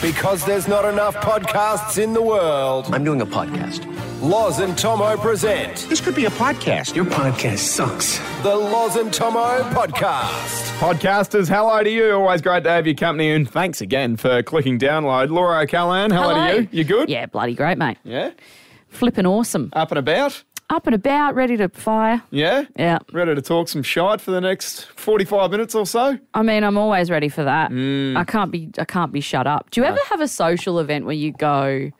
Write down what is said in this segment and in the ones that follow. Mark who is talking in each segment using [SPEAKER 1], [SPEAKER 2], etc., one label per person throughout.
[SPEAKER 1] because there's not enough podcasts in the world.
[SPEAKER 2] I'm doing a podcast.
[SPEAKER 1] Loz and Tomo present
[SPEAKER 2] This could be a podcast.
[SPEAKER 3] Your podcast sucks.
[SPEAKER 1] the Loz and Tomo podcast.
[SPEAKER 4] Podcasters, hello to you. Always great to have your company, and thanks again for clicking download. Laura O'Callaghan, hello, to you. You good?
[SPEAKER 5] Yeah, bloody great, mate.
[SPEAKER 4] Yeah.
[SPEAKER 5] Flipping awesome.
[SPEAKER 4] Up and about.
[SPEAKER 5] Up and about, ready to fire.
[SPEAKER 4] Yeah.
[SPEAKER 5] Yeah.
[SPEAKER 4] Ready to talk some shite for the next forty-five minutes or so.
[SPEAKER 5] I mean, I'm always ready for that.
[SPEAKER 4] Mm.
[SPEAKER 5] I can't be. I can't be shut up. Do you ever have a social event where you go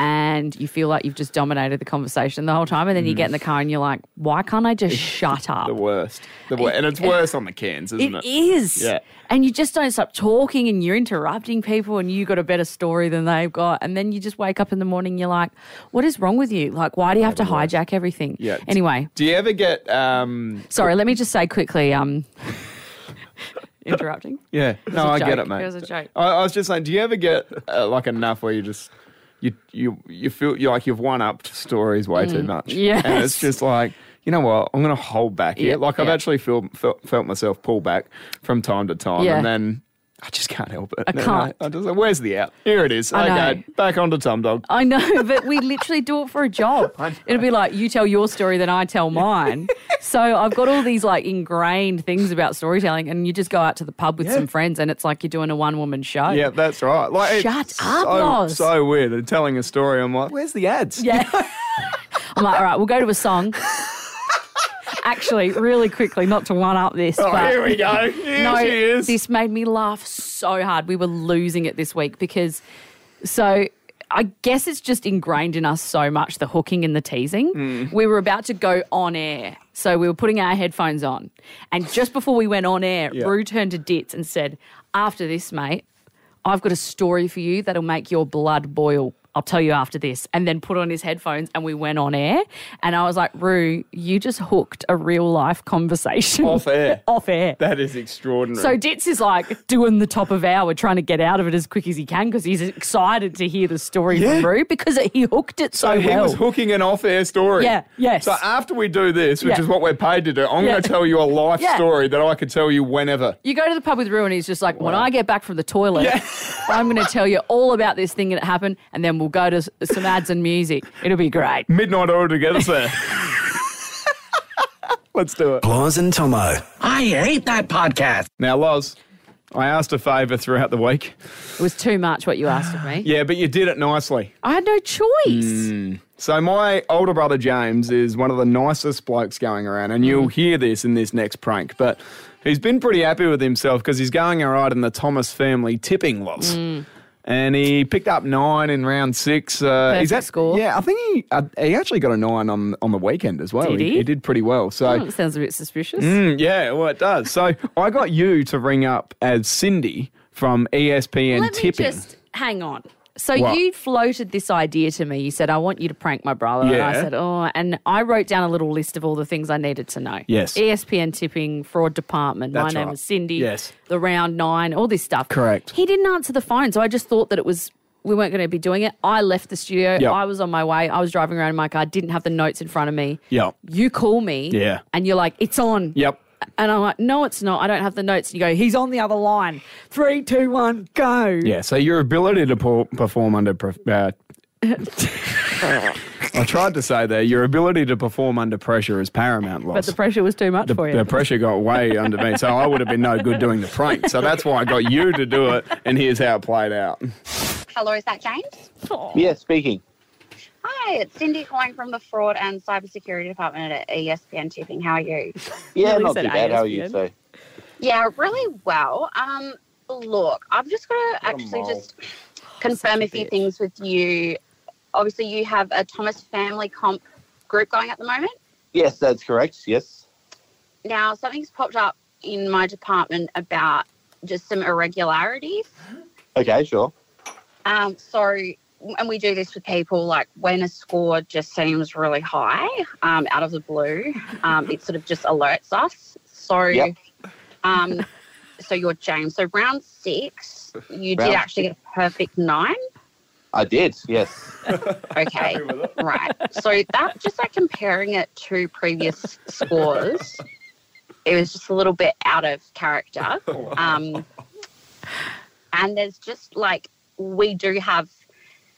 [SPEAKER 5] and you feel like you've just dominated the conversation the whole time, and then you get in the car and you're like, why can't I just shut up?
[SPEAKER 4] Mm. The worst. The worst. And it's worse on the cans, isn't it?
[SPEAKER 5] It is.
[SPEAKER 4] Yeah.
[SPEAKER 5] And you just don't stop talking and you're interrupting people and you got a better story than they've got. And then you just wake up in the morning, you're like, what is wrong with you? Like, why do you have to hijack everything?
[SPEAKER 4] Yeah.
[SPEAKER 5] Anyway,
[SPEAKER 4] Do you ever get? um
[SPEAKER 5] sorry, let me just say quickly, um interrupting.
[SPEAKER 4] Yeah. No,
[SPEAKER 5] a
[SPEAKER 4] I get
[SPEAKER 5] joke.
[SPEAKER 4] it, mate.
[SPEAKER 5] It was a joke.
[SPEAKER 4] I, I was just saying. Do you ever get uh, like enough where you just you you you feel you're like you've one upped stories way too much? And it's
[SPEAKER 5] Mm. Yes.
[SPEAKER 4] just like. You know what? I'm going to hold back here.
[SPEAKER 5] Yep,
[SPEAKER 4] like I've
[SPEAKER 5] yep.
[SPEAKER 4] actually felt, felt felt myself pull back from time to time,
[SPEAKER 5] Yeah.
[SPEAKER 4] and then I just can't help it. I
[SPEAKER 5] can't.
[SPEAKER 4] I, just, where's the out? Here it is.
[SPEAKER 5] I know. Oh,
[SPEAKER 4] okay, back onto Tom Dog.
[SPEAKER 5] I know, but we literally do it for a job. It'll be like you tell your story, then I tell mine. so I've got all these like ingrained things about storytelling, and you just go out to the pub with
[SPEAKER 4] Yeah.
[SPEAKER 5] some friends, and it's like you're doing a one woman show.
[SPEAKER 4] Yeah, that's right. Like
[SPEAKER 5] Shut
[SPEAKER 4] it's
[SPEAKER 5] up,
[SPEAKER 4] so,
[SPEAKER 5] Oz.
[SPEAKER 4] so weird. And telling a story, I'm like, where's the ads?
[SPEAKER 5] Yeah. I'm like, all right, we'll go to a song. Actually, really quickly, not to one up this,
[SPEAKER 4] Oh,
[SPEAKER 5] but
[SPEAKER 4] here we go. Here
[SPEAKER 5] no,
[SPEAKER 4] she is.
[SPEAKER 5] this made me laugh so hard. We were losing it this week because, so I guess it's just ingrained in us so much the hooking and the teasing.
[SPEAKER 4] Mm.
[SPEAKER 5] We were about to go on air, so we were putting our headphones on, and just before we went on air,
[SPEAKER 4] Yeah.
[SPEAKER 5] Rue turned to Ditz and said, "After this, mate, I've got a story for you that'll make your blood boil." I'll tell you after this, and then put on his headphones, and we went on air. And I was like, "Rue, you just hooked a real life conversation
[SPEAKER 4] Off air.
[SPEAKER 5] off air."
[SPEAKER 4] that is extraordinary.
[SPEAKER 5] So Ditz is like doing the top of hour, trying to get out of it as quick as he can because he's excited to hear the story
[SPEAKER 4] Yeah.
[SPEAKER 5] from Rue because he hooked it so,
[SPEAKER 4] So he
[SPEAKER 5] Oh, well.
[SPEAKER 4] was hooking an off-air story.
[SPEAKER 5] Yeah, yes.
[SPEAKER 4] So after we do this, which
[SPEAKER 5] Yeah.
[SPEAKER 4] is what we're paid to do, I'm
[SPEAKER 5] Yeah.
[SPEAKER 4] going to tell you a life
[SPEAKER 5] Yeah.
[SPEAKER 4] story that I could tell you whenever.
[SPEAKER 5] you go to the pub with Rue and he's just like, when I get back from the toilet, I'm going to tell you all about this thing that happened, and then we'll go to s- some ads and music. It'll be great.
[SPEAKER 4] Midnight all together, sir. Let's do it.
[SPEAKER 3] Laws and Tomo.
[SPEAKER 2] I hate that podcast.
[SPEAKER 4] Now, Loz, I asked a favour throughout the week.
[SPEAKER 5] It was too much what you asked of me.
[SPEAKER 4] Yeah, Mm. but you did it nicely.
[SPEAKER 5] I had no choice.
[SPEAKER 4] So my older brother James is one of the nicest blokes going around, and
[SPEAKER 5] Mm.
[SPEAKER 4] you'll hear this in this next prank. But he's been pretty happy with himself because he's going all right in the Thomas family tipping loss.
[SPEAKER 5] Mm.
[SPEAKER 4] And he picked up nine in round six. Uh,
[SPEAKER 5] Perfect score.
[SPEAKER 4] Yeah, I think he uh, he actually got a nine on on the weekend as well.
[SPEAKER 5] Did he?
[SPEAKER 4] He did pretty well. So
[SPEAKER 5] Oh, it sounds a bit suspicious.
[SPEAKER 4] Mm, yeah, well, it does. So I got you to ring up as Cindy from E ESPN
[SPEAKER 5] Let
[SPEAKER 4] tipping.
[SPEAKER 5] me just hang on. So
[SPEAKER 4] What?
[SPEAKER 5] you floated this idea to me. You said, I want you to prank my brother. And I
[SPEAKER 4] Yeah.
[SPEAKER 5] said, oh, and I wrote down a little list of all the things I needed to know. E
[SPEAKER 4] Yes.
[SPEAKER 5] ESPN tipping, fraud department.
[SPEAKER 4] That's
[SPEAKER 5] my name
[SPEAKER 4] right.
[SPEAKER 5] is Cindy.
[SPEAKER 4] Yes.
[SPEAKER 5] The round nine, all this stuff.
[SPEAKER 4] Correct.
[SPEAKER 5] He didn't answer the phone. So I just thought that it was, we weren't going to be doing it. I left the studio.
[SPEAKER 4] Yep.
[SPEAKER 5] I was on my way. I was driving around in my car. Didn't have the notes in front of me.
[SPEAKER 4] Yep.
[SPEAKER 5] You call me.
[SPEAKER 4] Yeah.
[SPEAKER 5] And you're like, it's on.
[SPEAKER 4] Yep.
[SPEAKER 5] And I'm like, no, it's not. I don't have the notes. And you go, he's on the other line. Three, two, one, go.
[SPEAKER 4] Yeah, so your ability to por- perform under. Pre- uh, I tried to say there, your ability to perform under pressure is paramount, Loss.
[SPEAKER 5] But the pressure was too much
[SPEAKER 4] the,
[SPEAKER 5] for you.
[SPEAKER 4] the pressure got way under me, so I would have been no good doing the prank. So that's why I got you to do it, and here's how it played out.
[SPEAKER 6] Hello, is that James?
[SPEAKER 7] Yeah, speaking.
[SPEAKER 6] Hi, it's Cindy calling from the Fraud and Cybersecurity Department at E ESPN Tipping. How are you?
[SPEAKER 7] Yeah,
[SPEAKER 5] Really
[SPEAKER 7] not
[SPEAKER 5] said
[SPEAKER 7] too bad. How are you
[SPEAKER 5] ASPN?
[SPEAKER 7] today?
[SPEAKER 6] Yeah, really well. Um, look, I've just got to actually
[SPEAKER 7] mole.
[SPEAKER 6] just confirm a, few things with you. Obviously, you have a Thomas Family Comp group going at the moment.
[SPEAKER 7] Yes, that's correct. Yes.
[SPEAKER 6] Now, something's popped up in my department about just some irregularities.
[SPEAKER 7] Okay, sure.
[SPEAKER 6] Um, so, and we do this with people like when a score just seems really high um, out of the blue, um, it sort of just alerts us. So,
[SPEAKER 7] Yep.
[SPEAKER 6] um, so you're James. So round six, you
[SPEAKER 7] Round
[SPEAKER 6] did actually get a perfect nine.
[SPEAKER 7] I did. Yes.
[SPEAKER 6] Okay, right. So that just like comparing it to previous scores, it was just a little bit out of character. Um, and there's just like we do have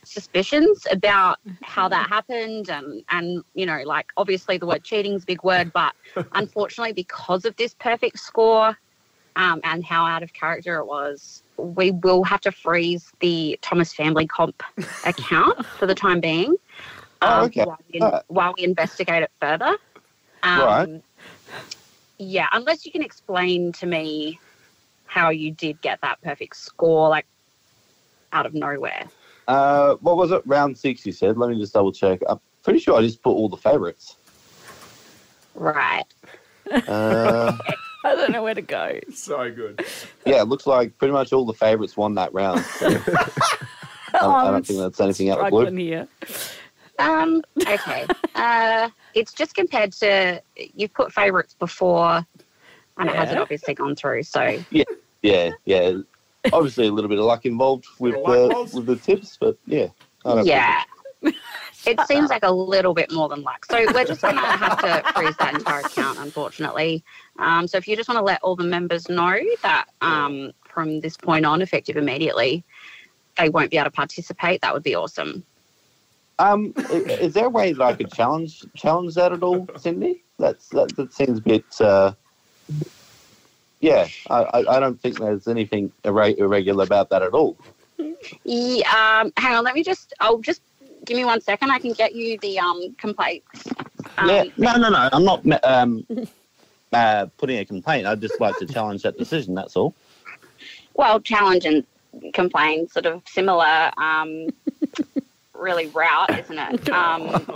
[SPEAKER 6] suspicions about how that happened and and you know like obviously the word cheating's a big word but unfortunately because of this perfect score um, and how out of character it was we will have to freeze the thomas family comp account for the time being um,
[SPEAKER 7] Oh, okay.
[SPEAKER 6] while, we,
[SPEAKER 7] Alright.
[SPEAKER 6] while we investigate it further um,
[SPEAKER 7] Right.
[SPEAKER 6] yeah unless you can explain to me how you did get that perfect score like out of nowhere
[SPEAKER 7] Uh, what was it? Round six, you said. Let me just double check. I'm pretty sure I just put all the favourites.
[SPEAKER 6] Right.
[SPEAKER 7] Uh,
[SPEAKER 5] I don't know where to go.
[SPEAKER 4] So good.
[SPEAKER 7] yeah, it looks like pretty much all the favourites won that round. So I, don't- I
[SPEAKER 5] I'm
[SPEAKER 7] don't think that's anything out of the
[SPEAKER 5] Struggling
[SPEAKER 7] blue.
[SPEAKER 5] here.
[SPEAKER 6] Um, okay. uh, it's just compared to you've put favourites before and it hasn't
[SPEAKER 5] Yeah.
[SPEAKER 6] obviously gone through. So
[SPEAKER 7] Yeah, yeah. Obviously, a little bit of luck involved with
[SPEAKER 4] Luck
[SPEAKER 7] the
[SPEAKER 4] involved.
[SPEAKER 7] with the tips, but yeah, I don't
[SPEAKER 6] yeah. it seems like a little bit more than luck. So we're just gonna have to freeze that entire account, unfortunately. Um, so if you just want to let all the members know that um, from this point on, effective immediately, they won't be able to participate, that would be awesome.
[SPEAKER 7] Um, i- is there a way that I could challenge challenge that at all, Cindy? That's that, that seems a bit. Uh, yeah, I, I, I don't think there's anything irre- irregular about that at all.
[SPEAKER 6] Yeah, um, hang on, let me just. I'll just give me one second. I can get you the um complaints. Um,
[SPEAKER 7] yeah, no, no, no. I'm not um, uh, putting a complaint. I'd just like to challenge that decision. That's all.
[SPEAKER 6] Well, challenge and complain, sort of similar. Um, really route, isn't it? Um,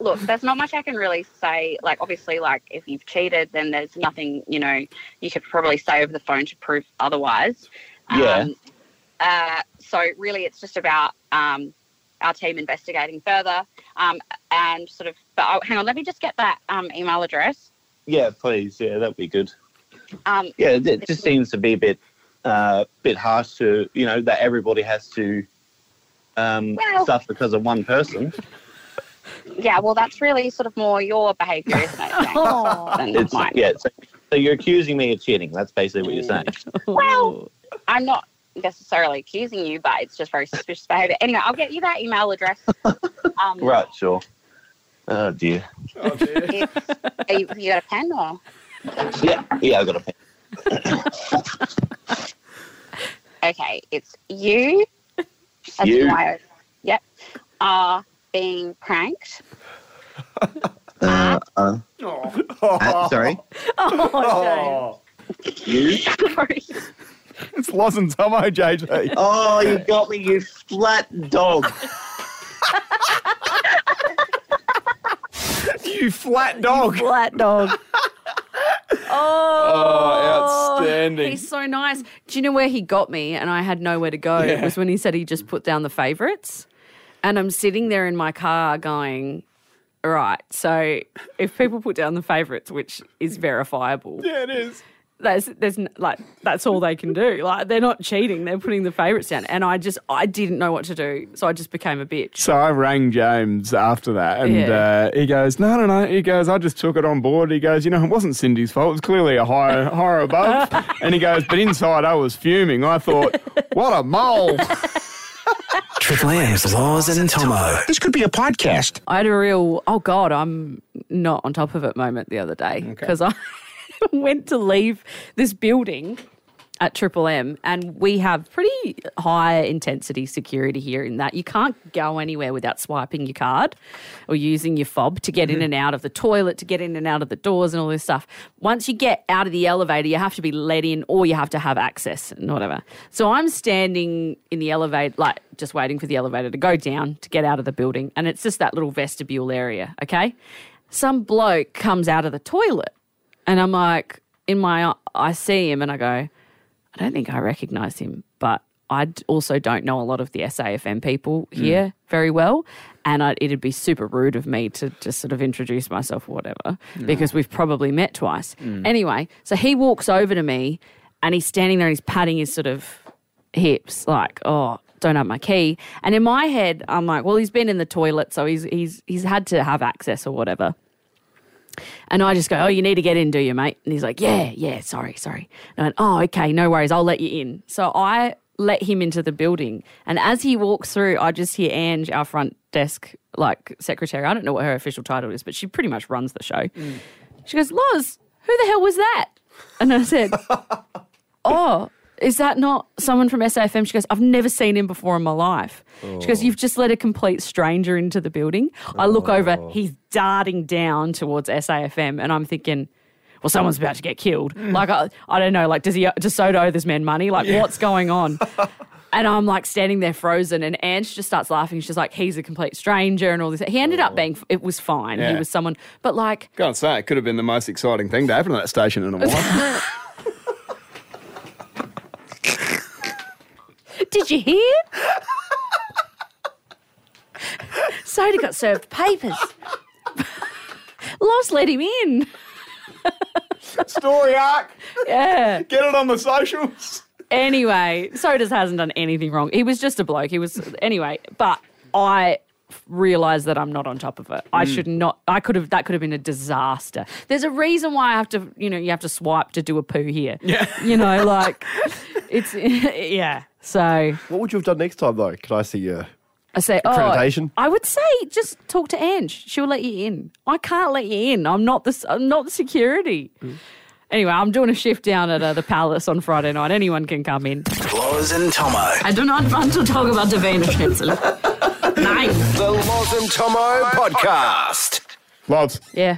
[SPEAKER 6] look, there's not much I can really say. Like, obviously, like if you've cheated, then there's nothing you know you could probably say over the phone to prove otherwise.
[SPEAKER 7] Yeah.
[SPEAKER 6] Um, uh, so really, it's just about um, our team investigating further um, and sort of. But oh, hang on, let me just get that um, email address.
[SPEAKER 7] Yeah, please. Yeah, that'd be good.
[SPEAKER 6] Um,
[SPEAKER 7] Yeah, it- it just seems to be a bit, uh, bit harsh to you know that everybody has to um,
[SPEAKER 6] Well-
[SPEAKER 7] suffer because of one person.
[SPEAKER 6] yeah, well, that's really sort of more your behaviour, isn't it? Jack, than
[SPEAKER 7] It's
[SPEAKER 6] mine.
[SPEAKER 7] yeah. So, so you're accusing me of cheating. That's basically what you're saying.
[SPEAKER 6] Well, I'm not necessarily accusing you, but it's just very suspicious behavior. Anyway, I'll get you that email address. Um,
[SPEAKER 7] Right. Sure. Oh dear.
[SPEAKER 4] Oh, dear.
[SPEAKER 6] it's- are you, have you got a pen or?
[SPEAKER 7] Yeah. Yeah. I got a pen.
[SPEAKER 6] Okay, it's you. That's
[SPEAKER 7] You.
[SPEAKER 6] why I- Yep. Are being pranked.
[SPEAKER 7] Uh, uh,
[SPEAKER 4] Oh.
[SPEAKER 7] uh, sorry.
[SPEAKER 5] Oh,
[SPEAKER 4] Oh.
[SPEAKER 7] You.
[SPEAKER 6] Sorry.
[SPEAKER 4] It's Lawson's Tomo, JJ.
[SPEAKER 7] Oh, you got me, you flat dog.
[SPEAKER 4] you flat dog.
[SPEAKER 5] James. Flat dog. oh,
[SPEAKER 4] Oh, outstanding.
[SPEAKER 5] He's so nice. Do you know where he got me? And I had nowhere to go. It
[SPEAKER 4] Yeah.
[SPEAKER 5] was when he said he just put down the favorites. And I'm sitting there in my car going, all right, so if people put down the favorites, which is verifiable,
[SPEAKER 4] Yeah, it is.
[SPEAKER 5] that's there's n- like that's all they can do. Like they're not cheating; they're putting the favorites down. And I just I didn't know what to do, so I just became a bitch.
[SPEAKER 4] So I rang James after that, and
[SPEAKER 5] Yeah.
[SPEAKER 4] uh, he goes, "No, no, no." He goes, "I just took it on board." He goes, "You know, it wasn't Cindy's fault. It was clearly a higher, higher above." and he goes, "But inside, I was fuming. I thought, what a mole!"
[SPEAKER 3] Triple M's Laws and Tomo.
[SPEAKER 2] This could be a podcast.
[SPEAKER 5] I had a real oh god, I'm not on top of it moment the other day because I went to leave this building at Triple M, and we have pretty high intensity security here. In that you can't go anywhere without swiping your card or using your fob to get in and out of the toilet, to get in and out of the doors, and all this stuff. Once you get out of the elevator, you have to be let in, or you have to have access and whatever. So I'm standing in the elevator, like just waiting for the elevator to go down to get out of the building, and it's just that little vestibule area. Okay, some bloke comes out of the toilet. And I'm like, in my, I see him and I go, I don't think I recognize him, but I d- also don't know a lot of the SAFM people here very well. And I, it'd be super rude of me to just sort of introduce myself or whatever because we've probably met twice. Anyway, so he walks over to me and he's standing there and he's patting his sort of hips, like, oh, don't have my key. And in my head, I'm like, well, he's been in the toilet, so he's he's he's had to have access or whatever. And I just go, Oh, you need to get in, do you, mate? And he's like, Yeah, yeah, sorry, sorry. And I went, Oh, okay, no worries, I'll let you in. So I let him into the building. And as he walks through, I just hear Ange, our front desk like secretary. I don't know what her official title is, but she pretty much runs the show. She goes, "Loz, who the hell was that?" And I said, "Oh." Is that not someone from SAFM? She goes, I've never seen him before in my life. She goes, You've just let a complete stranger into the building. I look over, he's darting down towards SAFM, and I'm thinking, well, someone's about to get killed. Like, I, I don't know, like, does he, does Soto owe this man money? Like, what's going on? and I'm like standing there frozen, and Ange just starts laughing. She's like, he's a complete stranger and all this. He ended up being, it was fine. He
[SPEAKER 4] Yeah.
[SPEAKER 5] was someone, but like,
[SPEAKER 4] Can't say it could have been the most exciting thing to happen to that station in a while.
[SPEAKER 5] did you hear? Soda got served papers. Lost let him in.
[SPEAKER 4] Story arc.
[SPEAKER 5] Yeah.
[SPEAKER 4] Get it on the socials.
[SPEAKER 5] Anyway, Sodas hasn't done anything wrong. He was just a bloke. He was anyway, but I realize that I'm not on top of it. I
[SPEAKER 8] Mm.
[SPEAKER 5] should not I could have that could have been a disaster. There's a reason why I have to, you know, you have to swipe to do a poo here. Yeah. You know, like it's yeah. So
[SPEAKER 8] What would you have done next time, though? Could I see you?
[SPEAKER 5] I say, oh,
[SPEAKER 8] Accreditation?
[SPEAKER 5] I would say just talk to Ange. She'll let you in. I can't let you in. I'm not the I'm not the security. Anyway, I'm doing a shift down at uh, the Palace on Friday night. Anyone can come in.
[SPEAKER 3] Loz and Tomo.
[SPEAKER 5] I do not want to talk about the Wiener Schnitzel. Nein.
[SPEAKER 1] The Loz and Tomo podcast.
[SPEAKER 4] Loves.
[SPEAKER 5] Yeah.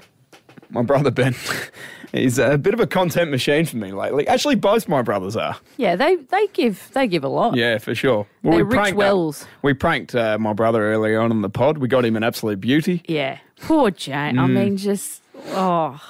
[SPEAKER 4] My brother Ben is a bit of a content machine for me lately. Actually, both my brothers are.
[SPEAKER 5] Yeah, they, they give they give a lot.
[SPEAKER 4] Yeah, for sure. Well,
[SPEAKER 5] They're Rich
[SPEAKER 4] pranked-
[SPEAKER 5] Wells.
[SPEAKER 4] We pranked uh, my brother earlier on in the pod. We got him an absolute beauty.
[SPEAKER 5] Yeah. Poor Jane.
[SPEAKER 4] Mm.
[SPEAKER 5] I mean, just oh,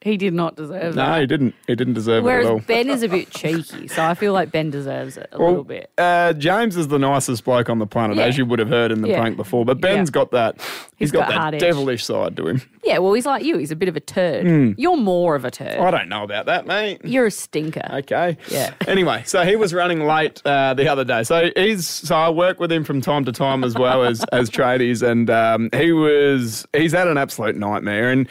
[SPEAKER 5] he did not deserve
[SPEAKER 4] No,
[SPEAKER 5] that.
[SPEAKER 4] he didn't. He didn't deserve it at all.
[SPEAKER 5] Whereas Ben is a bit cheeky, so I feel like Ben deserves it a little bit.
[SPEAKER 4] Uh, James is the nicest bloke on the planet,
[SPEAKER 5] Yeah.
[SPEAKER 4] as you would have heard in the
[SPEAKER 5] Yeah.
[SPEAKER 4] prank before. But Ben's
[SPEAKER 5] Yeah.
[SPEAKER 4] got that.
[SPEAKER 5] He's
[SPEAKER 4] he's got,
[SPEAKER 5] got a hard
[SPEAKER 4] that
[SPEAKER 5] edge.
[SPEAKER 4] devilish side to him.
[SPEAKER 5] Yeah, well, he's like you. He's a bit of a turd.
[SPEAKER 4] Hmm.
[SPEAKER 5] You're more of a turd.
[SPEAKER 4] I don't know about that, mate.
[SPEAKER 5] You're a stinker.
[SPEAKER 4] Okay.
[SPEAKER 5] Yeah.
[SPEAKER 4] Anyway, so he was running late uh, the other day. So he's so I work with him from time to time as well as as tradies, and um, he was he's had an absolute nightmare, and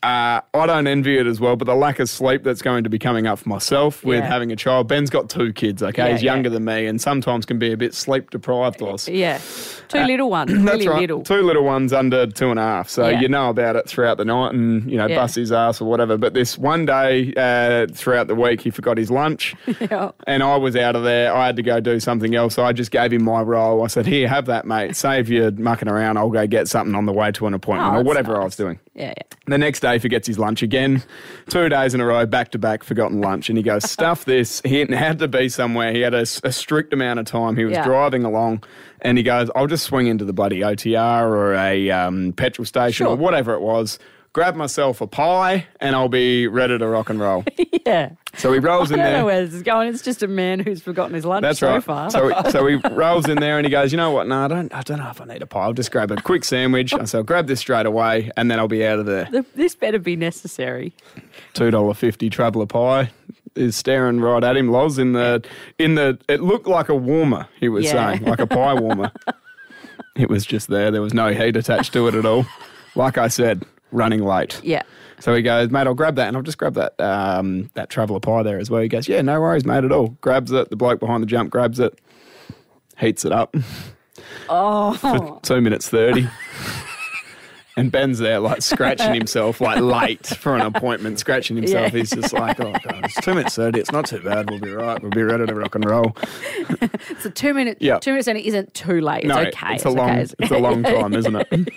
[SPEAKER 4] uh, I don't envy it as well. But the lack of sleep that's going to be coming up for myself with
[SPEAKER 5] Yeah.
[SPEAKER 4] having a child. Ben's got two kids. Okay,
[SPEAKER 5] Yeah,
[SPEAKER 4] he's younger
[SPEAKER 5] yeah.
[SPEAKER 4] than me, and sometimes can be a bit sleep deprived. Loss.
[SPEAKER 5] Yeah. Two little ones. really little.
[SPEAKER 4] Uh, Two little ones under two and a half. So
[SPEAKER 5] Yeah.
[SPEAKER 4] you know about it throughout the night and, you know,
[SPEAKER 5] Yeah.
[SPEAKER 4] bust his ass or whatever. But this one day uh, throughout the week, he forgot his lunch.
[SPEAKER 5] Yeah.
[SPEAKER 4] And I was out of there. I had to go do something else. So I just gave him my roll. I said, Here, have that, mate. Save you mucking around. I'll go get something on the way to an appointment
[SPEAKER 5] Oh,
[SPEAKER 4] or
[SPEAKER 5] that's
[SPEAKER 4] whatever I
[SPEAKER 5] nice.
[SPEAKER 4] was doing.
[SPEAKER 5] Yeah, yeah.
[SPEAKER 4] The next day, he forgets his lunch again. Two days in a row, back to back, forgotten lunch. And he goes, stuff this. He had to be somewhere. He had a, s- a strict amount of time. He was
[SPEAKER 5] Yeah.
[SPEAKER 4] driving along and he goes, I'll just swing into the bloody OTR or a um, petrol station or
[SPEAKER 5] Sure.
[SPEAKER 4] whatever it was, grab myself a pie, and I'll be ready to rock and roll.
[SPEAKER 5] Yeah.
[SPEAKER 4] So he rolls
[SPEAKER 5] I
[SPEAKER 4] in
[SPEAKER 5] don't know
[SPEAKER 4] there.
[SPEAKER 5] where this is going. It's just a man who's forgotten his lunch
[SPEAKER 4] That's
[SPEAKER 5] so
[SPEAKER 4] right.
[SPEAKER 5] far.
[SPEAKER 4] So, he- so he rolls in there and he goes, you know what? No, I don't. I don't know if I need a pie. I'll just grab a quick sandwich. I said, I'll grab this straight away, and then I'll be out of there.
[SPEAKER 5] Th- this better be necessary.
[SPEAKER 4] two dollar fifty traveller pie is staring right at him. Loz in the in the it looked like a warmer. He was
[SPEAKER 5] Yeah.
[SPEAKER 4] saying like a pie warmer. it was just there. There was no heat attached to it at all. Like I said, running late.
[SPEAKER 5] Yeah.
[SPEAKER 4] So he goes, mate, I'll grab that, and I'll just grab that um, that traveller pie there as well. He goes, yeah, no worries, mate, at all. Grabs it. The bloke behind the jump grabs it, heats it up
[SPEAKER 5] Oh,
[SPEAKER 4] for two minutes thirty. And Ben's there, like scratching himself, like late for an appointment, scratching himself.
[SPEAKER 5] Yeah.
[SPEAKER 4] He's just like, "Oh god, it's two minutes thirty. It's not too bad. We'll be right. We'll be ready to rock and roll."
[SPEAKER 5] it's a two minute.
[SPEAKER 4] Yeah.
[SPEAKER 5] Two minutes and it isn't too late.
[SPEAKER 4] no,
[SPEAKER 5] it's okay.
[SPEAKER 4] it's a long,
[SPEAKER 5] okay.
[SPEAKER 4] it's a long time, isn't it?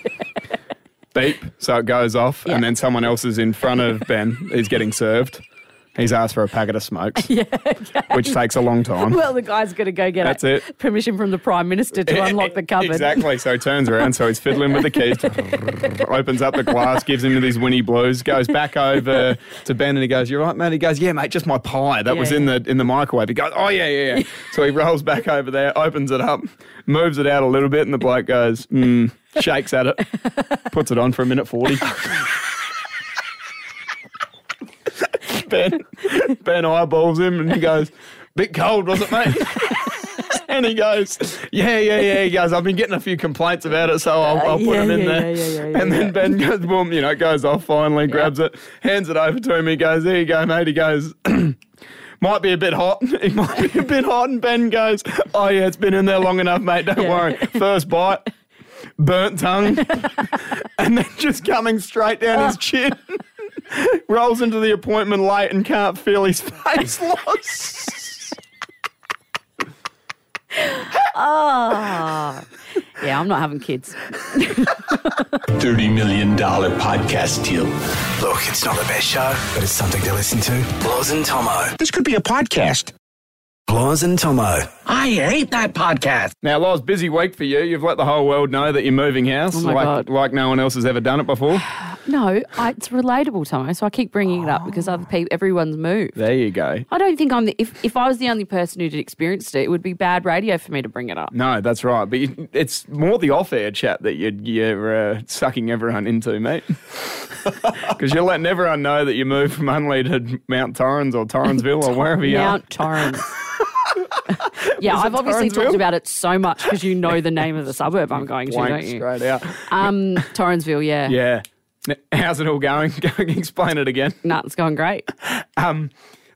[SPEAKER 4] Beep, so it goes off,
[SPEAKER 5] Yeah.
[SPEAKER 4] and then someone else is in front of Ben. He's getting served. He's asked for a packet of smokes, which takes a long time.
[SPEAKER 5] well, the guy's got to go get
[SPEAKER 4] That's
[SPEAKER 5] a-
[SPEAKER 4] it.
[SPEAKER 5] permission from the prime minister to unlock the cupboard.
[SPEAKER 4] Exactly. So he turns around, so he's fiddling with the keys, opens up the glass, gives him these Winnie Blues, goes back over to Ben and he goes, You're right, mate? He goes, Yeah, mate, just my pie. That was
[SPEAKER 5] Yeah,
[SPEAKER 4] in the in the microwave. He goes, Oh yeah, yeah, yeah. so he rolls back over there, opens it up, moves it out a little bit, and the bloke goes, mm, shakes at it, puts it on for a minute forty. ben Ben eyeballs him and he goes, Bit cold, was it, mate? and he goes, Yeah, yeah, yeah. He goes, I've been getting a few complaints about it, so I'll, I'll put
[SPEAKER 5] Uh, yeah,
[SPEAKER 4] them in
[SPEAKER 5] yeah,
[SPEAKER 4] there.
[SPEAKER 5] yeah, yeah, yeah,
[SPEAKER 4] and
[SPEAKER 5] yeah.
[SPEAKER 4] then Ben goes, Well, you know, goes off finally, grabs it, hands it over to him. He goes, There you go, mate. He goes, might be a bit hot. It might be a bit hot. And Ben goes, Oh, yeah, it's been in there long enough, mate. Don't worry. First bite, burnt tongue, and then just coming straight down
[SPEAKER 5] Oh.
[SPEAKER 4] his chin. Rolls into the appointment late and can't feel his face loss.
[SPEAKER 5] Yeah, I'm not having kids.
[SPEAKER 9] $30 million podcast deal.
[SPEAKER 3] Look, it's not the best show, but it's something to listen to. Laws and Tomo.
[SPEAKER 2] This could be a podcast.
[SPEAKER 3] Laws and Tomo.
[SPEAKER 2] I hate that podcast.
[SPEAKER 4] Now, Loz, busy week for you. You've let the whole world know that you're moving house,
[SPEAKER 5] Oh my
[SPEAKER 4] like
[SPEAKER 5] God.
[SPEAKER 4] like no one else has ever done it before.
[SPEAKER 5] No, I, it's relatable, Tomo. So I keep bringing it up because other people, everyone's moved.
[SPEAKER 4] There you go.
[SPEAKER 5] I don't think I'm the. If, if I was the only person who'd experienced it, it would be bad radio for me to bring it up.
[SPEAKER 4] No, that's right. But you, it's more the off-air chat that you're, you're uh, sucking everyone into, mate. Because you're letting everyone know that you moved from Unley to Mount Torrens or Torrensville or wherever you are.
[SPEAKER 5] Mount Torrens. yeah, I've obviously
[SPEAKER 4] Torrensville?
[SPEAKER 5] talked about it so much because you know the name of the suburb I'm going to,
[SPEAKER 4] Blank
[SPEAKER 5] don't you?
[SPEAKER 4] straight out.
[SPEAKER 5] Um, Torrensville, yeah.
[SPEAKER 4] Yeah. N- How's it all going? Explain it again.
[SPEAKER 5] Nah, it's going great.
[SPEAKER 4] There,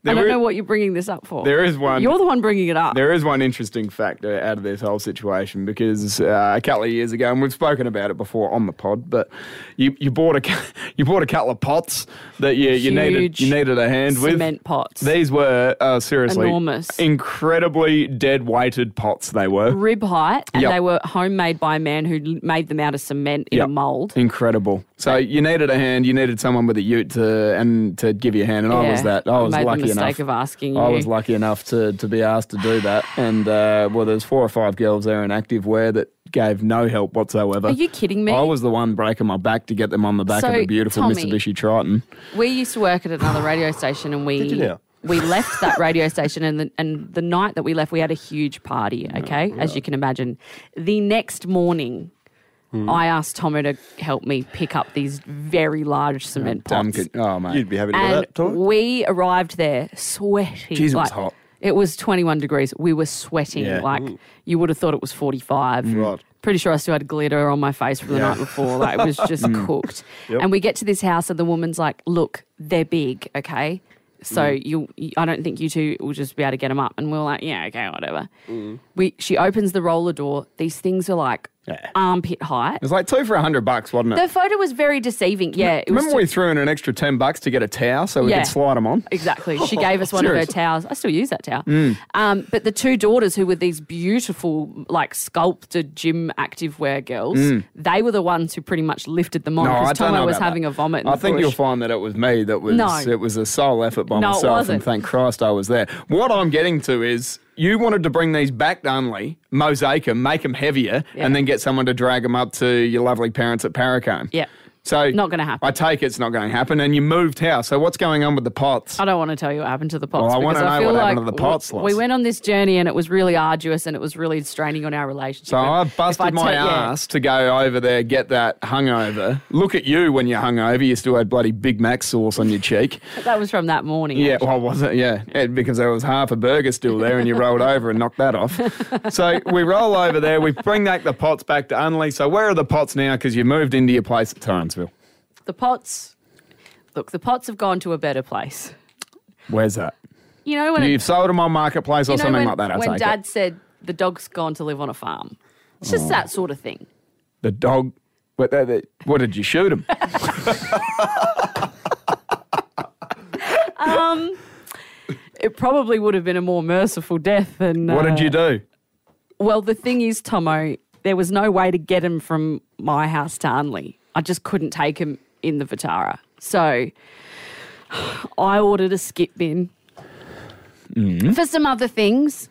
[SPEAKER 5] I don't
[SPEAKER 4] were-
[SPEAKER 5] know what you're bringing this up for.
[SPEAKER 4] there is one.
[SPEAKER 5] You're the one bringing it up.
[SPEAKER 4] There is one interesting fact uh, out of this whole situation because uh, a couple of years ago, and we've spoken about it before on the pod, but you, you bought a cou- you bought a couple of pots that you, you needed
[SPEAKER 5] Huge
[SPEAKER 4] you needed a hand with.
[SPEAKER 5] Cement pots.
[SPEAKER 4] These were uh, seriously
[SPEAKER 5] Enormous.
[SPEAKER 4] incredibly dead weighted pots. They were
[SPEAKER 5] Rib height, and
[SPEAKER 4] Yep.
[SPEAKER 5] they were homemade by a man who l- made them out of cement in
[SPEAKER 4] Yep.
[SPEAKER 5] a mold.
[SPEAKER 4] incredible. So you needed a hand. You needed someone with a ute to and to give you a hand, and I was that. I was
[SPEAKER 5] made
[SPEAKER 4] lucky
[SPEAKER 5] the mistake
[SPEAKER 4] enough.
[SPEAKER 5] of asking
[SPEAKER 4] I
[SPEAKER 5] you.
[SPEAKER 4] was lucky enough to, to be asked to do that. And uh, well, there's four or five girls there in active wear that gave no help whatsoever.
[SPEAKER 5] Are you kidding me?
[SPEAKER 4] I was the one breaking my back to get them on the back of
[SPEAKER 5] So,
[SPEAKER 4] the beautiful
[SPEAKER 5] Tommy-
[SPEAKER 4] Mitsubishi Triton.
[SPEAKER 5] We used to work at another radio station, and we
[SPEAKER 8] you now?
[SPEAKER 5] we left that radio station, and the, and the night that we left, we had a huge party. Okay, as you can imagine, the next morning.
[SPEAKER 8] Hmm.
[SPEAKER 5] I asked Tomo to help me pick up these very large cement
[SPEAKER 4] Dumb
[SPEAKER 5] pots.
[SPEAKER 4] kid- Oh, mate.
[SPEAKER 8] You'd be happy to hear
[SPEAKER 5] and
[SPEAKER 8] that, Tom.
[SPEAKER 5] we arrived there sweating.
[SPEAKER 4] Jeez, it was
[SPEAKER 5] like,
[SPEAKER 4] hot.
[SPEAKER 5] It was 21 degrees. We were sweating
[SPEAKER 4] Yeah. Mm.
[SPEAKER 5] like you would have thought it was 45.
[SPEAKER 8] Right.
[SPEAKER 5] Pretty sure I still had glitter on my face from the night before. Like it was just
[SPEAKER 4] Mm.
[SPEAKER 5] cooked. And we get to this house and the woman's like, "Look, they're big, okay." So
[SPEAKER 4] Mm.
[SPEAKER 5] you, you- I don't think you two will just be able to get them up. And we're like, yeah, okay, whatever.
[SPEAKER 4] Mm.
[SPEAKER 5] We, she opens the roller door. These things are like armpit height.
[SPEAKER 4] It was like two for a hundred bucks, wasn't it?
[SPEAKER 5] The photo was very deceiving. Yeah, it was
[SPEAKER 4] Remember, we threw in an extra ten bucks to get a towel so we
[SPEAKER 5] Yeah.
[SPEAKER 4] could slide them on.
[SPEAKER 5] Exactly.
[SPEAKER 4] Oh,
[SPEAKER 5] She gave us one of her
[SPEAKER 4] Seriously.
[SPEAKER 5] towels. I still use that towel.
[SPEAKER 4] Mm.
[SPEAKER 5] Um, but the two daughters, who were these beautiful, like sculpted gym activewear girls, they were the ones who pretty much lifted them on
[SPEAKER 4] Mm. No, I
[SPEAKER 5] because
[SPEAKER 4] don't
[SPEAKER 5] Tomo
[SPEAKER 4] know
[SPEAKER 5] was
[SPEAKER 4] about
[SPEAKER 5] having
[SPEAKER 4] that.
[SPEAKER 5] a vomit. In
[SPEAKER 4] I
[SPEAKER 5] the
[SPEAKER 4] think
[SPEAKER 5] bush.
[SPEAKER 4] you'll find that it was me that was.
[SPEAKER 5] No.
[SPEAKER 4] It was a sole effort by
[SPEAKER 5] No, it
[SPEAKER 4] myself, and
[SPEAKER 5] wasn't.
[SPEAKER 4] thank Christ I was there. What I'm getting to is you wanted to bring these back to Unley, mosaic them, make them heavier,
[SPEAKER 5] Yeah.
[SPEAKER 4] and then get someone to drag them up to your lovely parents at Paracombe.
[SPEAKER 5] Yeah.
[SPEAKER 4] So
[SPEAKER 5] Not gonna happen.
[SPEAKER 4] I take it's not going to happen, and you moved house. So what's going on with the pots?
[SPEAKER 5] I don't want to tell you what happened to the pots.
[SPEAKER 4] Well, I wanna
[SPEAKER 5] because I
[SPEAKER 4] know
[SPEAKER 5] feel
[SPEAKER 4] what
[SPEAKER 5] like
[SPEAKER 4] happened to the pots,
[SPEAKER 5] We,
[SPEAKER 4] Lois.
[SPEAKER 5] we went on this journey and it was really arduous and it was really straining on our relationship.
[SPEAKER 4] So
[SPEAKER 5] And
[SPEAKER 4] I
[SPEAKER 5] if
[SPEAKER 4] busted
[SPEAKER 5] tell-
[SPEAKER 4] my
[SPEAKER 5] yeah.
[SPEAKER 4] ass to go over there, get that hungover. Look at you when you're hungover. You still had bloody Big Mac sauce on your cheek.
[SPEAKER 5] That was from that morning.
[SPEAKER 4] Yeah, well, was it? Yeah, Eh, because there was half a burger still there, and you rolled over and knocked that off. So we roll over there. We bring back the pots back to Unley. So where are the pots now? Because you moved into your place at Torrensville.
[SPEAKER 5] The pots. Look, the pots have gone to a better place.
[SPEAKER 4] Where's that?
[SPEAKER 5] You know when it
[SPEAKER 4] You've sold them on marketplace or
[SPEAKER 5] You know,
[SPEAKER 4] something
[SPEAKER 5] when,
[SPEAKER 4] like that. I
[SPEAKER 5] when
[SPEAKER 4] take
[SPEAKER 5] Dad
[SPEAKER 4] it. Oh.
[SPEAKER 5] said the dog's gone to live on a farm, it's just that sort of thing.
[SPEAKER 4] the dog. What, they- they- what did you shoot him?
[SPEAKER 5] It probably would have been a more merciful death than.
[SPEAKER 4] what did
[SPEAKER 5] uh,
[SPEAKER 4] you do?
[SPEAKER 5] Well, the thing is, Tomo, there was no way to get him from my house to Unley. I just couldn't take him in the Vitara, so I ordered a skip bin
[SPEAKER 4] Mm.
[SPEAKER 5] for some other things,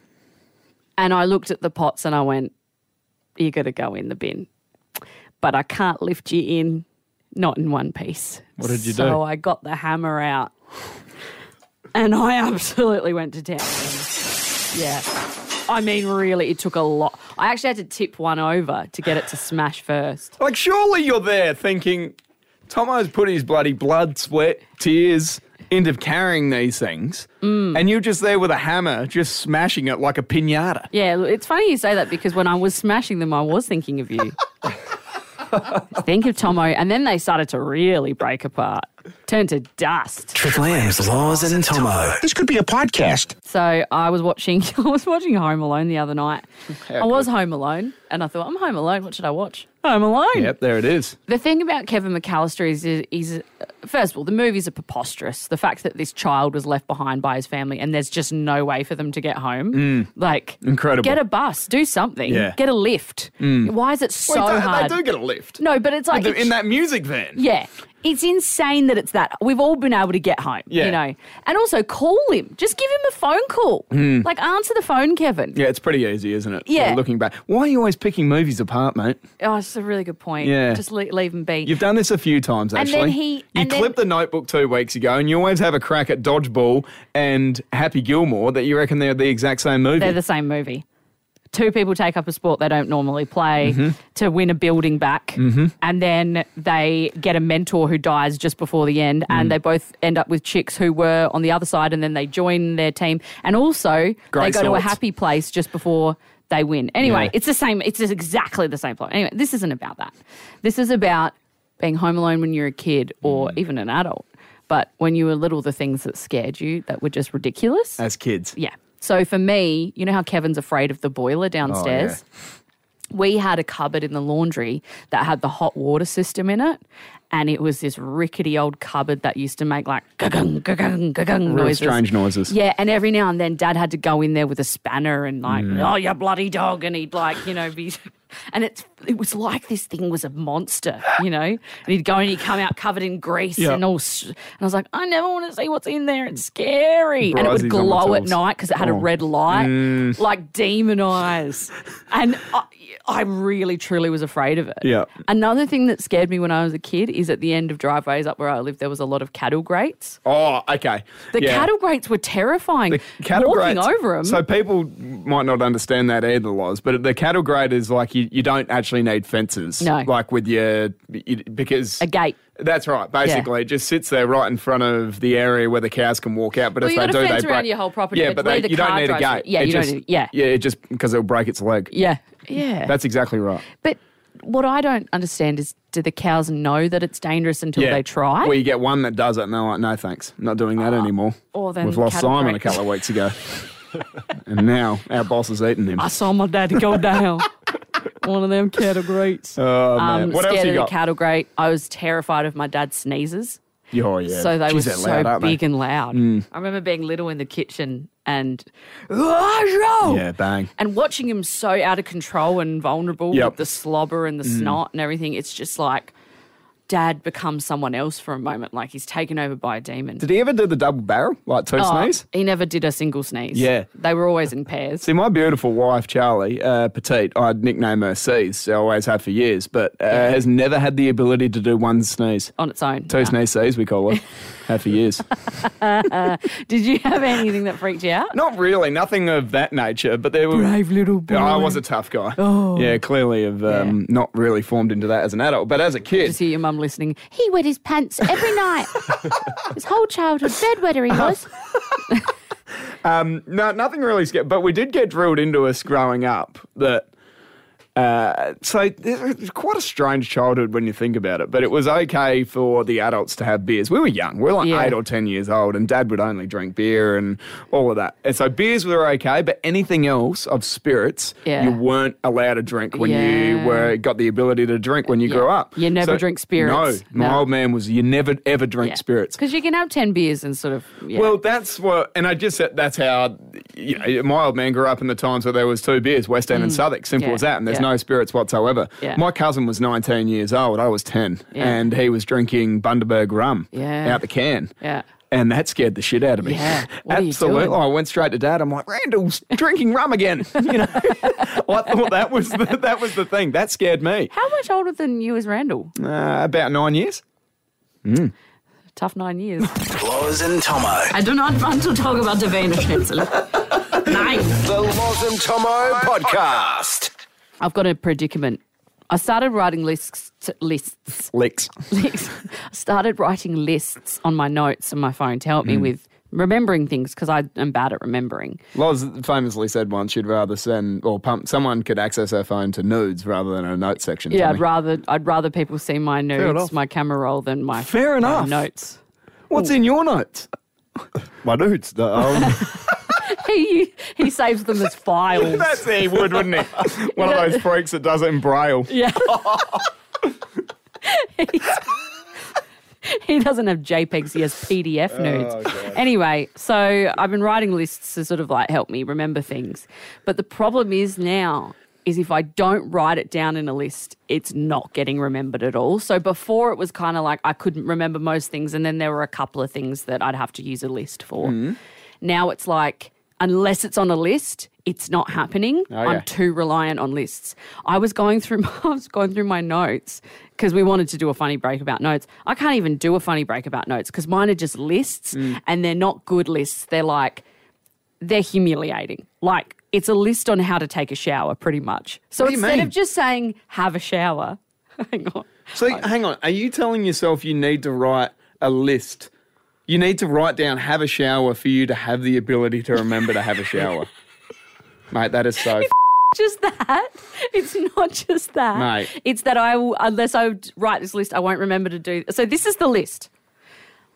[SPEAKER 5] and I looked at the pots and I went, "You got to go in the bin," but I can't lift you in, not in one piece. What
[SPEAKER 4] did you
[SPEAKER 5] so
[SPEAKER 4] do?
[SPEAKER 5] So I got the hammer out, and I absolutely went to town. Yeah. I mean, really, it took a lot. I actually had to tip one over to get it to smash first.
[SPEAKER 4] Like, surely you're there thinking, Tomo's put his bloody blood, sweat, tears into carrying these things,
[SPEAKER 5] Mm.
[SPEAKER 4] and you're just there with a hammer, just smashing it like a pinata.
[SPEAKER 5] Yeah, look, it's funny you say that because when I was smashing them, I was thinking of you. Think of Tomo, and then they started to really break apart. Turn to dust.
[SPEAKER 3] Triple M's Laws and Tomo.
[SPEAKER 2] This could be a podcast.
[SPEAKER 5] So I was watching I was watching Home Alone the other night.
[SPEAKER 4] How
[SPEAKER 5] I was
[SPEAKER 4] good.
[SPEAKER 5] home alone and I thought, I'm home alone. What should I watch? Home alone.
[SPEAKER 4] Yep, there it is.
[SPEAKER 5] The thing about Kevin McAllister is, is, is, uh, first of all, the movies are preposterous. The fact that this child was left behind by his family and there's just no way for them to get home. Like,
[SPEAKER 4] Mm. Incredible.
[SPEAKER 5] Get a bus, do something,
[SPEAKER 4] Yeah. Mm.
[SPEAKER 5] get a lift. Why is it so
[SPEAKER 4] Well, they-
[SPEAKER 5] hard?
[SPEAKER 4] They do get a lift.
[SPEAKER 5] no, but it's like,
[SPEAKER 4] With the-
[SPEAKER 5] it's-
[SPEAKER 4] in that music van.
[SPEAKER 5] yeah, it's insane that it's that. We've all been able to get home,
[SPEAKER 4] Yeah.
[SPEAKER 5] you know. And also, call him, just give him a phone call. Like, answer the phone, Kevin.
[SPEAKER 4] Mm. Yeah, it's pretty easy, isn't it?
[SPEAKER 5] Yeah.
[SPEAKER 4] Looking back, why are you always picking movies apart, mate?
[SPEAKER 5] Oh, it's a really good point.
[SPEAKER 4] Yeah.
[SPEAKER 5] Just le- leave him be.
[SPEAKER 4] You've done this a few times,
[SPEAKER 5] And
[SPEAKER 4] actually.
[SPEAKER 5] then he-
[SPEAKER 4] you
[SPEAKER 5] and then-
[SPEAKER 4] clipped the notebook two weeks ago, and you always have a crack at Dodgeball and Happy Gilmore that you reckon they're the exact same movie.
[SPEAKER 5] They're the same movie. Two people take up a sport they don't normally play
[SPEAKER 4] Mm-hmm.
[SPEAKER 5] to win a building back, and then they get a mentor who dies just before the end,
[SPEAKER 4] Mm.
[SPEAKER 5] and they both end up with chicks who were on the other side, and then they join their team, and also
[SPEAKER 4] Great
[SPEAKER 5] they go to a
[SPEAKER 4] sorts.
[SPEAKER 5] happy place just before they win. Anyway,
[SPEAKER 4] Yeah.
[SPEAKER 5] it's the same. It's just exactly the same plot. Anyway, this isn't about that. This is about being home alone when you're a kid or
[SPEAKER 4] Mm.
[SPEAKER 5] even an adult. But when you were little, the things that scared you that were just ridiculous.
[SPEAKER 4] As kids.
[SPEAKER 5] Yeah. So for me, you know how Kevin's afraid of the boiler downstairs? We had a cupboard in the laundry that had the hot water system in it. And it was this rickety old cupboard that used to make like gung gung gung
[SPEAKER 4] Real
[SPEAKER 5] noises.
[SPEAKER 4] strange noises.
[SPEAKER 5] Yeah, and every now and then dad had to go in there with a spanner and like,
[SPEAKER 4] Mm.
[SPEAKER 5] oh, you bloody dog. And he'd like, you know, be. And it's it was like this thing was a monster, you know? And he'd go and he'd come out covered in grease
[SPEAKER 4] Yeah.
[SPEAKER 5] and all. s- And I was like, I never want to see what's in there. It's scary. and it
[SPEAKER 4] Brizzies on
[SPEAKER 5] would
[SPEAKER 4] the
[SPEAKER 5] glow at
[SPEAKER 4] tills.
[SPEAKER 5] night because it had a
[SPEAKER 4] Oh. Mm.
[SPEAKER 5] red light, like demon eyes. and I, I really, truly was afraid of it.
[SPEAKER 4] Yeah.
[SPEAKER 5] Another thing that scared me when I was a kid is at the end of driveways up where I lived, there was a lot of cattle grates.
[SPEAKER 4] Oh, okay.
[SPEAKER 5] The
[SPEAKER 4] Yeah.
[SPEAKER 5] cattle grates were terrifying.
[SPEAKER 4] The cattle
[SPEAKER 5] Walking
[SPEAKER 4] grates-
[SPEAKER 5] over them.
[SPEAKER 4] So people might not understand that either, Loz. But the cattle grade is like you, you don't actually need fences.
[SPEAKER 5] No.
[SPEAKER 4] Like with your you- because
[SPEAKER 5] a gate.
[SPEAKER 4] That's right. Basically, it just sits there right in front of the area where the cows can walk out. But
[SPEAKER 5] Well,
[SPEAKER 4] if
[SPEAKER 5] you
[SPEAKER 4] they
[SPEAKER 5] got a
[SPEAKER 4] do,
[SPEAKER 5] fence
[SPEAKER 4] they
[SPEAKER 5] around
[SPEAKER 4] break.
[SPEAKER 5] your whole property,
[SPEAKER 4] Yeah,
[SPEAKER 5] but
[SPEAKER 4] but
[SPEAKER 5] where
[SPEAKER 4] they,
[SPEAKER 5] the
[SPEAKER 4] you
[SPEAKER 5] car
[SPEAKER 4] don't need a
[SPEAKER 5] drives-
[SPEAKER 4] gate.
[SPEAKER 5] yeah,
[SPEAKER 4] It
[SPEAKER 5] you don't
[SPEAKER 4] just-
[SPEAKER 5] need- yeah.
[SPEAKER 4] yeah. It just because it'll break its leg.
[SPEAKER 5] Yeah. Yeah.
[SPEAKER 4] That's exactly right.
[SPEAKER 5] but what I don't understand is do the cows know that it's dangerous until
[SPEAKER 4] yeah.
[SPEAKER 5] they try?
[SPEAKER 4] Well, you get one that does it, and they're like, "No, thanks, not doing that anymore."
[SPEAKER 5] Or then
[SPEAKER 4] we've lost
[SPEAKER 5] cattle
[SPEAKER 4] Simon
[SPEAKER 5] break.
[SPEAKER 4] a couple of weeks ago, and now our boss has eaten him.
[SPEAKER 5] I saw my daddy go down. One of them cattle grates.
[SPEAKER 4] Oh, man.
[SPEAKER 5] um,
[SPEAKER 4] what
[SPEAKER 5] scared
[SPEAKER 4] else you
[SPEAKER 5] of
[SPEAKER 4] got?
[SPEAKER 5] the cattle grate. I was terrified of my dad's sneezes.
[SPEAKER 4] oh, yeah. Mm.
[SPEAKER 5] So they
[SPEAKER 4] Jeez,
[SPEAKER 5] were
[SPEAKER 4] they're
[SPEAKER 5] so
[SPEAKER 4] loud, aren't they?
[SPEAKER 5] big and loud. I remember being little in the kitchen and "Rojo!"
[SPEAKER 4] Yeah, bang.
[SPEAKER 5] And watching him so out of control and vulnerable
[SPEAKER 4] Yep. Mm.
[SPEAKER 5] with the slobber and the snot and everything, it's just like dad becomes someone else for a moment, like he's taken over by a demon.
[SPEAKER 4] Did he ever do the double barrel, like two
[SPEAKER 5] Oh,
[SPEAKER 4] sneeze?
[SPEAKER 5] He never did a single sneeze.
[SPEAKER 4] Yeah.
[SPEAKER 5] They were always in pairs.
[SPEAKER 4] See, my beautiful wife, Charlie uh, Petite, I'd nickname her C's, I always had for years, but uh, has never had the ability to do one sneeze.
[SPEAKER 5] On its own.
[SPEAKER 4] Two sneeze C's, we call her. had for years.
[SPEAKER 5] Did you have anything that freaked you out?
[SPEAKER 4] Not really, nothing of that nature, but there were.
[SPEAKER 5] little boy.
[SPEAKER 4] Yeah, I was a tough guy. Oh. Yeah, clearly have um,
[SPEAKER 5] Yeah.
[SPEAKER 4] not really formed into that as an adult, but as a kid.
[SPEAKER 5] Just hear your mum listening. He wet his pants every night. his whole childhood bedwetter he was.
[SPEAKER 4] No, nothing really scary. But we did get drilled into us growing up that. Uh, so it's quite a strange childhood when you think about it. But it was okay for the adults to have beers. We were young. We were like
[SPEAKER 5] Yeah.
[SPEAKER 4] eight or ten years old, and Dad would only drink beer and all of that. And so beers were okay, but anything else of spirits,
[SPEAKER 5] Yeah.
[SPEAKER 4] you weren't allowed to drink when you
[SPEAKER 5] Yeah.
[SPEAKER 4] were got the ability to drink when you
[SPEAKER 5] Yeah.
[SPEAKER 4] grew up.
[SPEAKER 5] You never drink spirits.
[SPEAKER 4] No, my
[SPEAKER 5] No.
[SPEAKER 4] old man was you never ever drink spirits.
[SPEAKER 5] Because you can have 10 beers and sort of. Yeah.
[SPEAKER 4] Well, that's what, and I just said that's how, you know, my old man grew up in the times where there was two beers, West End and Southwark, simple
[SPEAKER 5] Mm. Yeah,
[SPEAKER 4] as that, and there's
[SPEAKER 5] yeah.
[SPEAKER 4] no spirits whatsoever.
[SPEAKER 5] Yeah.
[SPEAKER 4] My cousin was 19 years old, I was 10,
[SPEAKER 5] Yeah.
[SPEAKER 4] and he was drinking Bundaberg rum
[SPEAKER 5] Yeah.
[SPEAKER 4] out the can.
[SPEAKER 5] Yeah.
[SPEAKER 4] And that scared the shit out of me.
[SPEAKER 5] Yeah. What are you
[SPEAKER 4] Absolutely.
[SPEAKER 5] doing?
[SPEAKER 4] I went straight to dad. I'm like, Randall's drinking rum again. You know, I thought that was the, that was the thing that scared me.
[SPEAKER 5] How much older than you is Randall?
[SPEAKER 4] Uh, about nine years.
[SPEAKER 5] Tough nine years.
[SPEAKER 3] Laws and Tomo.
[SPEAKER 5] I do not want to talk about the Wiener Schnitzel. Nine.
[SPEAKER 1] The Loz and Tomo podcast.
[SPEAKER 5] I've got a predicament. I started writing lists, lists,
[SPEAKER 4] Licks.
[SPEAKER 5] lists. I started writing lists on my notes on my phone to help me with remembering things because I am bad at remembering.
[SPEAKER 4] Loz famously said once she'd rather send or pump someone could access her phone to nudes rather than a note section.
[SPEAKER 5] Yeah, I'd
[SPEAKER 4] Tommy.
[SPEAKER 5] rather I'd rather people see my
[SPEAKER 8] enough.
[SPEAKER 5] notes, my camera roll than my
[SPEAKER 4] Fair
[SPEAKER 5] my
[SPEAKER 4] enough.
[SPEAKER 5] notes.
[SPEAKER 4] What's in your notes?
[SPEAKER 8] My dudes. No, um,
[SPEAKER 5] He he saves them as files.
[SPEAKER 4] That's he would, wouldn't he? One of those freaks that does it in braille.
[SPEAKER 5] yeah. he doesn't have JPEGs, he has PDF nudes. anyway, so I've been writing lists to sort of like help me remember things. But the problem is now is if I don't write it down in a list, it's not getting remembered at all. So before it was kind of like I couldn't remember most things and then there were a couple of things that I'd have to use a list for. Now it's like unless it's on a list, it's not happening.
[SPEAKER 4] Oh, yeah.
[SPEAKER 5] I'm too reliant on lists. I was going through my, I was going through my notes because we wanted to do a funny break about notes. I can't even do a funny break about notes because mine are just lists
[SPEAKER 4] Mm.
[SPEAKER 5] and they're not good lists. They're like they're humiliating. Like it's a list on how to take a shower pretty much. So
[SPEAKER 4] What do you
[SPEAKER 5] instead
[SPEAKER 4] mean?
[SPEAKER 5] of just saying have a shower, hang on.
[SPEAKER 4] So hang on, are you telling yourself you need to write a list? You need to write down have a shower for you to have the ability to remember to have a shower. Mate, that is so. F-
[SPEAKER 5] just that. It's not just that.
[SPEAKER 4] Mate.
[SPEAKER 5] It's that I will, unless I would write this list, I won't remember to do. So this is the list: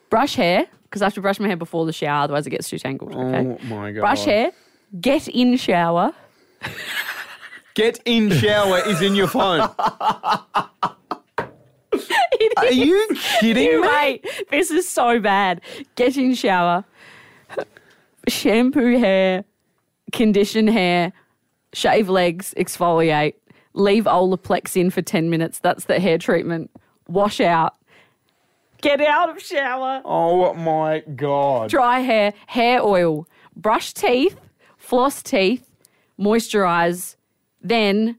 [SPEAKER 5] brush hair because I have to brush my hair before the shower, otherwise it gets too tangled. Okay.
[SPEAKER 4] Oh my god.
[SPEAKER 5] brush hair, get in shower.
[SPEAKER 4] Get in shower is in your phone. Are you kidding me?
[SPEAKER 5] Mate, this is so bad. Get in shower, shampoo hair, condition hair, shave legs, exfoliate, leave Olaplex in for 10 minutes. That's the hair treatment. Wash out, get out of shower,
[SPEAKER 4] Oh my god.
[SPEAKER 5] dry hair, hair oil, brush teeth, floss teeth, moisturize, then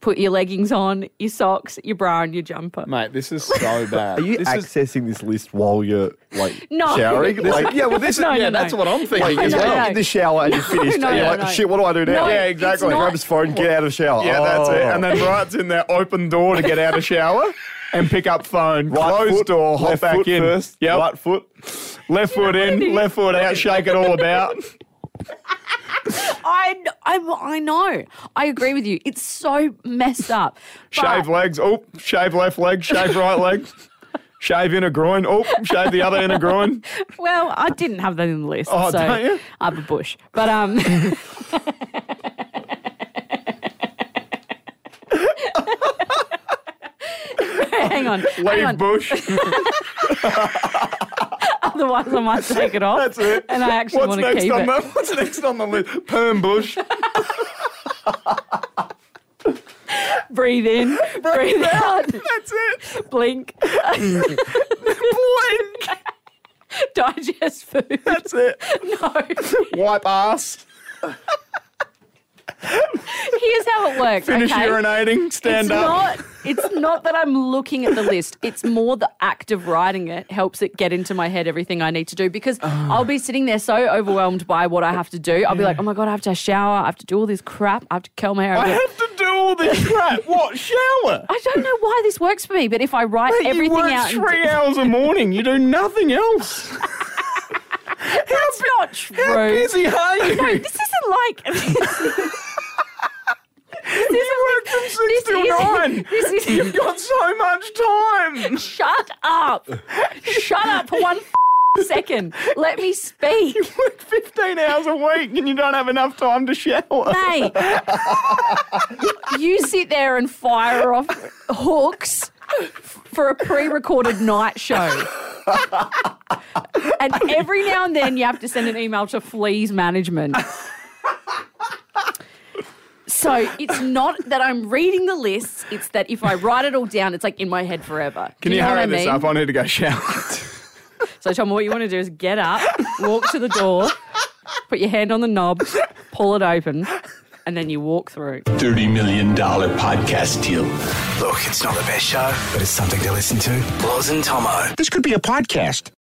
[SPEAKER 5] put your leggings on, your socks, your bra, and your jumper.
[SPEAKER 4] Mate, this is so bad.
[SPEAKER 8] are you
[SPEAKER 4] this is,
[SPEAKER 8] accessing this list while you're like
[SPEAKER 5] No.
[SPEAKER 8] showering? Like,
[SPEAKER 4] yeah, well, this is
[SPEAKER 5] No,
[SPEAKER 4] yeah,
[SPEAKER 5] no, no.
[SPEAKER 4] that's what I'm thinking
[SPEAKER 8] like,
[SPEAKER 4] as
[SPEAKER 8] as
[SPEAKER 5] No,
[SPEAKER 8] well.
[SPEAKER 5] no.
[SPEAKER 8] in the shower and you're finished.
[SPEAKER 5] no,
[SPEAKER 8] and you're
[SPEAKER 5] no,
[SPEAKER 8] like,
[SPEAKER 5] no.
[SPEAKER 8] shit, what do I do now?
[SPEAKER 5] No,
[SPEAKER 4] Yeah, exactly. it's
[SPEAKER 8] Grab his phone, get out of shower.
[SPEAKER 4] Yeah, that's it.
[SPEAKER 8] Oh.
[SPEAKER 4] And then right's in there, open door to get out of shower and pick up phone,
[SPEAKER 8] Right
[SPEAKER 4] closed
[SPEAKER 8] foot,
[SPEAKER 4] door, hop
[SPEAKER 8] left
[SPEAKER 4] back
[SPEAKER 8] foot
[SPEAKER 4] in.
[SPEAKER 8] first,
[SPEAKER 4] Yep.
[SPEAKER 8] right foot.
[SPEAKER 4] Left foot in, left foot out, shake it all about.
[SPEAKER 5] I, kn- I, I know. I agree with you. It's so messed up.
[SPEAKER 4] shave
[SPEAKER 5] But-
[SPEAKER 4] legs, oh, shave left leg, shave right leg. Shave inner groin, oh, shave the other inner groin.
[SPEAKER 5] Well, I didn't have that in the list.
[SPEAKER 4] Oh,
[SPEAKER 5] so
[SPEAKER 4] don't you?
[SPEAKER 5] I have a bush. But um, hang on, hang
[SPEAKER 4] Leave
[SPEAKER 5] on.
[SPEAKER 4] bush.
[SPEAKER 5] Otherwise, I might take it off.
[SPEAKER 4] That's it.
[SPEAKER 5] And I actually
[SPEAKER 4] What's
[SPEAKER 5] want to
[SPEAKER 4] next
[SPEAKER 5] keep
[SPEAKER 4] on
[SPEAKER 5] it.
[SPEAKER 4] the What's next on the list? Perm bush.
[SPEAKER 5] Breathe in, breathe out,
[SPEAKER 4] That's it.
[SPEAKER 5] blink, blink. Digest food.
[SPEAKER 4] That's it.
[SPEAKER 5] No.
[SPEAKER 4] Wipe ass.
[SPEAKER 5] Here's how it works.
[SPEAKER 4] Finish
[SPEAKER 5] okay?
[SPEAKER 4] urinating. Stand
[SPEAKER 5] it's
[SPEAKER 4] up.
[SPEAKER 5] Not, it's not that I'm looking at the list. It's more the act of writing it helps it get into my head everything I need to do because
[SPEAKER 4] Ah.
[SPEAKER 5] I'll be sitting there so overwhelmed by what I have to do. I'll be like, oh my God, I have to shower. I have to do all this crap. I have to curl my hair. I'll
[SPEAKER 4] I
[SPEAKER 5] be like,
[SPEAKER 4] have to do all this crap. What shower?
[SPEAKER 5] I don't know why this works for me, but if I write
[SPEAKER 4] Mate,
[SPEAKER 5] everything
[SPEAKER 4] you work
[SPEAKER 5] out. and-
[SPEAKER 4] three hours a morning. You do nothing else.
[SPEAKER 5] That's not true.
[SPEAKER 4] How busy are you?
[SPEAKER 5] This isn't like.
[SPEAKER 4] you work from six
[SPEAKER 5] this
[SPEAKER 4] till
[SPEAKER 5] is-
[SPEAKER 4] nine.
[SPEAKER 5] this is-
[SPEAKER 4] You've got so much time.
[SPEAKER 5] Shut up. Shut up for one second. Let me speak.
[SPEAKER 4] You work fifteen hours a week, and you don't have enough time to shower.
[SPEAKER 5] Mate, you sit there and fire off hooks for a pre-recorded night show. and every now and then you have to send an email to Fleas Management. So it's not that I'm reading the list, it's that if I write it all down, it's like in my head forever.
[SPEAKER 4] Can
[SPEAKER 5] Do
[SPEAKER 4] you,
[SPEAKER 5] know
[SPEAKER 4] hurry
[SPEAKER 5] what I
[SPEAKER 4] this
[SPEAKER 5] mean?
[SPEAKER 4] up? I need to go shower.
[SPEAKER 5] So, Tom, what you want to do is get up, walk to the door, put your hand on the knob, pull it open, and then you walk through.
[SPEAKER 9] $30 million podcast deal.
[SPEAKER 3] Look, it's not the best show, but it's something to listen to. Loz and Tomo.
[SPEAKER 2] This could be a podcast.